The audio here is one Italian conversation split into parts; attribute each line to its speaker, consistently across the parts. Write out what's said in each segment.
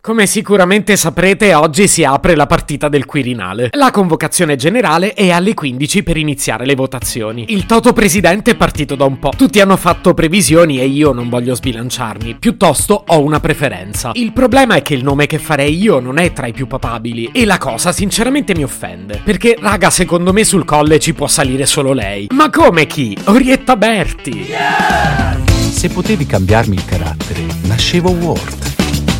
Speaker 1: Come sicuramente saprete, oggi si apre la partita del Quirinale. La convocazione generale è alle 15 per iniziare le votazioni. Il Toto Presidente è partito da un po'. Tutti hanno fatto previsioni e io non voglio sbilanciarmi, piuttosto ho una preferenza. Il problema è che il nome che farei io non è tra i più papabili e la cosa sinceramente mi offende, perché raga, secondo me sul colle ci può salire solo lei. Ma come chi? Orietta Berti.
Speaker 2: Se potevi cambiarmi il carattere, nascevo Word.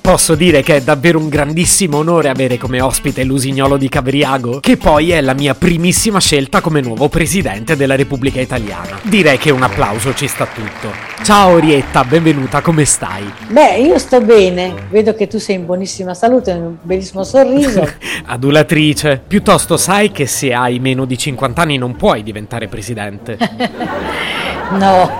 Speaker 1: Posso dire che è davvero un grandissimo onore avere come ospite l'usignolo di Cavriago, che poi è la mia primissima scelta come nuovo presidente della Repubblica Italiana. Direi che un applauso ci sta tutto. Ciao Orietta, benvenuta, come stai?
Speaker 3: Beh, io sto bene, vedo che tu sei in buonissima salute, hai un bellissimo sorriso.
Speaker 1: Adulatrice, piuttosto sai che se hai meno di 50 anni non puoi diventare presidente.
Speaker 3: No.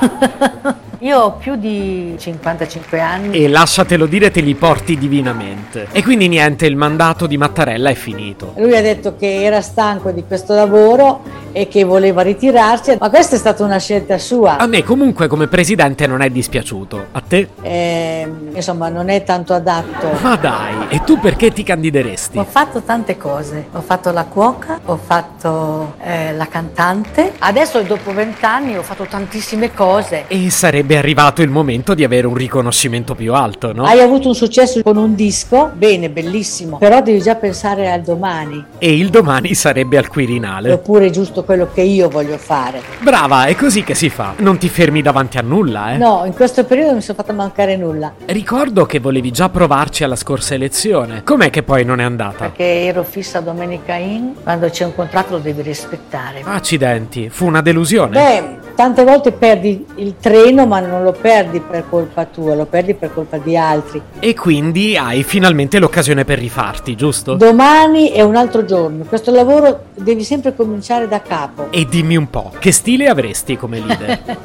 Speaker 3: Io ho più di 55 anni.
Speaker 1: E lasciatelo dire, te li porti divinamente. E quindi niente, il mandato di Mattarella è finito.
Speaker 3: Lui ha detto che era stanco di questo lavoro e che voleva ritirarsi, ma questa è stata una scelta
Speaker 1: A
Speaker 3: sua.
Speaker 4: Ah.
Speaker 1: me comunque come presidente non è dispiaciuto. A te?
Speaker 3: Ehm, insomma, non è tanto adatto.
Speaker 1: Ma dai, e tu perché ti candideresti?
Speaker 4: Ah. Ho fatto tante cose, ho fatto la cuoca, ho fatto eh, la cantante, adesso dopo vent'anni ho fatto tantissime cose.
Speaker 1: E sarebbe arrivato il momento di avere un riconoscimento più alto, no?
Speaker 3: Hai avuto un successo con un disco, bene, bellissimo, però devi già pensare al domani,
Speaker 1: E il domani sarebbe al Quirinale.
Speaker 3: oppure è giusto quello che io voglio fare.
Speaker 1: Brava, è così che si fa. Non ti fermi davanti a nulla, eh? Ah.
Speaker 3: No, in questo periodo non mi sono fatta mancare nulla.
Speaker 1: Ricordo che volevi già provarci alla scorsa elezione. Com'è che poi non è andata?
Speaker 4: Perché ero fissa a Domenica In, quando c'è un contratto lo devi rispettare.
Speaker 1: Ah, Accidenti, fu una delusione.
Speaker 3: Beh, tante volte perdi il treno, ma non lo perdi per colpa tua, lo perdi per colpa di altri.
Speaker 1: E quindi hai finalmente l'occasione per rifarti, giusto?
Speaker 3: Domani è un altro giorno. Questo lavoro devi sempre cominciare da capo.
Speaker 1: e dimmi un po', che stile avresti come leader?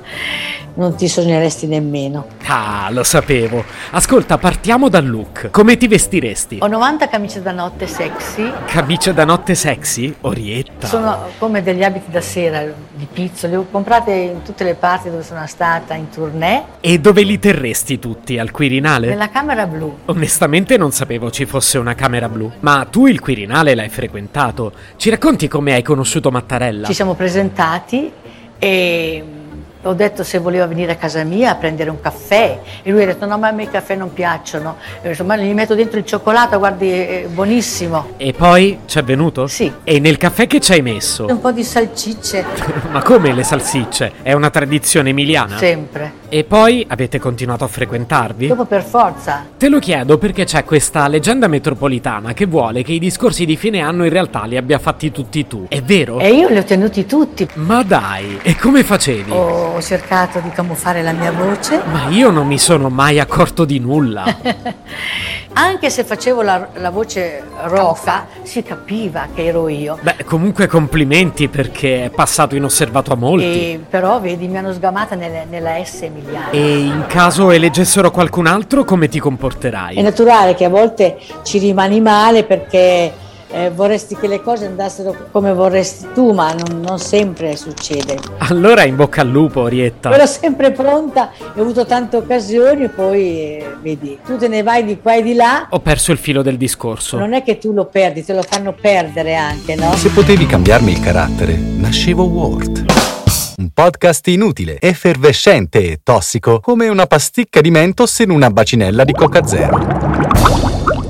Speaker 3: Non ti sogneresti nemmeno.
Speaker 1: ah, lo sapevo. Ascolta, partiamo dal look. Come ti vestiresti?
Speaker 4: Ho 90 camicie da notte sexy,
Speaker 1: Camicia da notte sexy? Orietta.
Speaker 4: sono come degli abiti da sera di pizzo, le ho comprate in tutte le parti dove sono stata, in tournée,
Speaker 1: E dove li terresti tutti? Al Quirinale?
Speaker 4: nella camera blu.
Speaker 1: Onestamente non sapevo ci fosse una camera blu. Ma tu il Quirinale l'hai frequentato. Ci racconti come hai conosciuto Mattarella?
Speaker 4: Ci siamo presentati e mm, ho detto se voleva venire a casa mia a prendere un caffè e lui ha detto no ma a me i caffè non piacciono, e ho detto, ma gli metto dentro il cioccolato, guardi è buonissimo.
Speaker 1: E poi ci è venuto?
Speaker 4: Sì.
Speaker 1: E nel caffè che ci hai messo?
Speaker 4: Un po' di salsicce,
Speaker 1: Ma come le salsicce? È una tradizione emiliana?
Speaker 4: sempre.
Speaker 1: E poi avete continuato a frequentarvi?
Speaker 4: Dopo per forza.
Speaker 1: Te lo chiedo perché c'è questa leggenda metropolitana che vuole che i discorsi di fine anno in realtà li abbia fatti tutti tu. È vero?
Speaker 4: E io li ho tenuti tutti.
Speaker 1: Ma dai, e come facevi?
Speaker 4: Ho cercato di camuffare la mia voce,
Speaker 1: Ma io non mi sono mai accorto di nulla.
Speaker 4: anche se facevo la, la voce roca si capiva che ero io.
Speaker 1: Beh, comunque complimenti perché è passato inosservato a molti.
Speaker 4: E, però vedi mi hanno sgamata nelle- nella S emiliana.
Speaker 1: E in caso eleggessero qualcun altro, come ti
Speaker 3: È
Speaker 1: comporterai?
Speaker 3: naturale che a volte ci rimani male perché eh, vorresti che le cose andassero come vorresti tu, ma non, non sempre succede.
Speaker 1: Allora in bocca al lupo, Orietta.
Speaker 3: Ero sempre pronta, ho avuto tante occasioni, poi eh, vedi, tu te ne vai di qua e di là.
Speaker 1: Ho perso il filo del discorso.
Speaker 3: Non è che tu lo perdi, te lo fanno perdere anche, no?
Speaker 2: Se potevi cambiarmi il carattere, nascevo Word. Un podcast inutile, effervescente e tossico, come una pasticca di mentos in una bacinella di Coca Zero.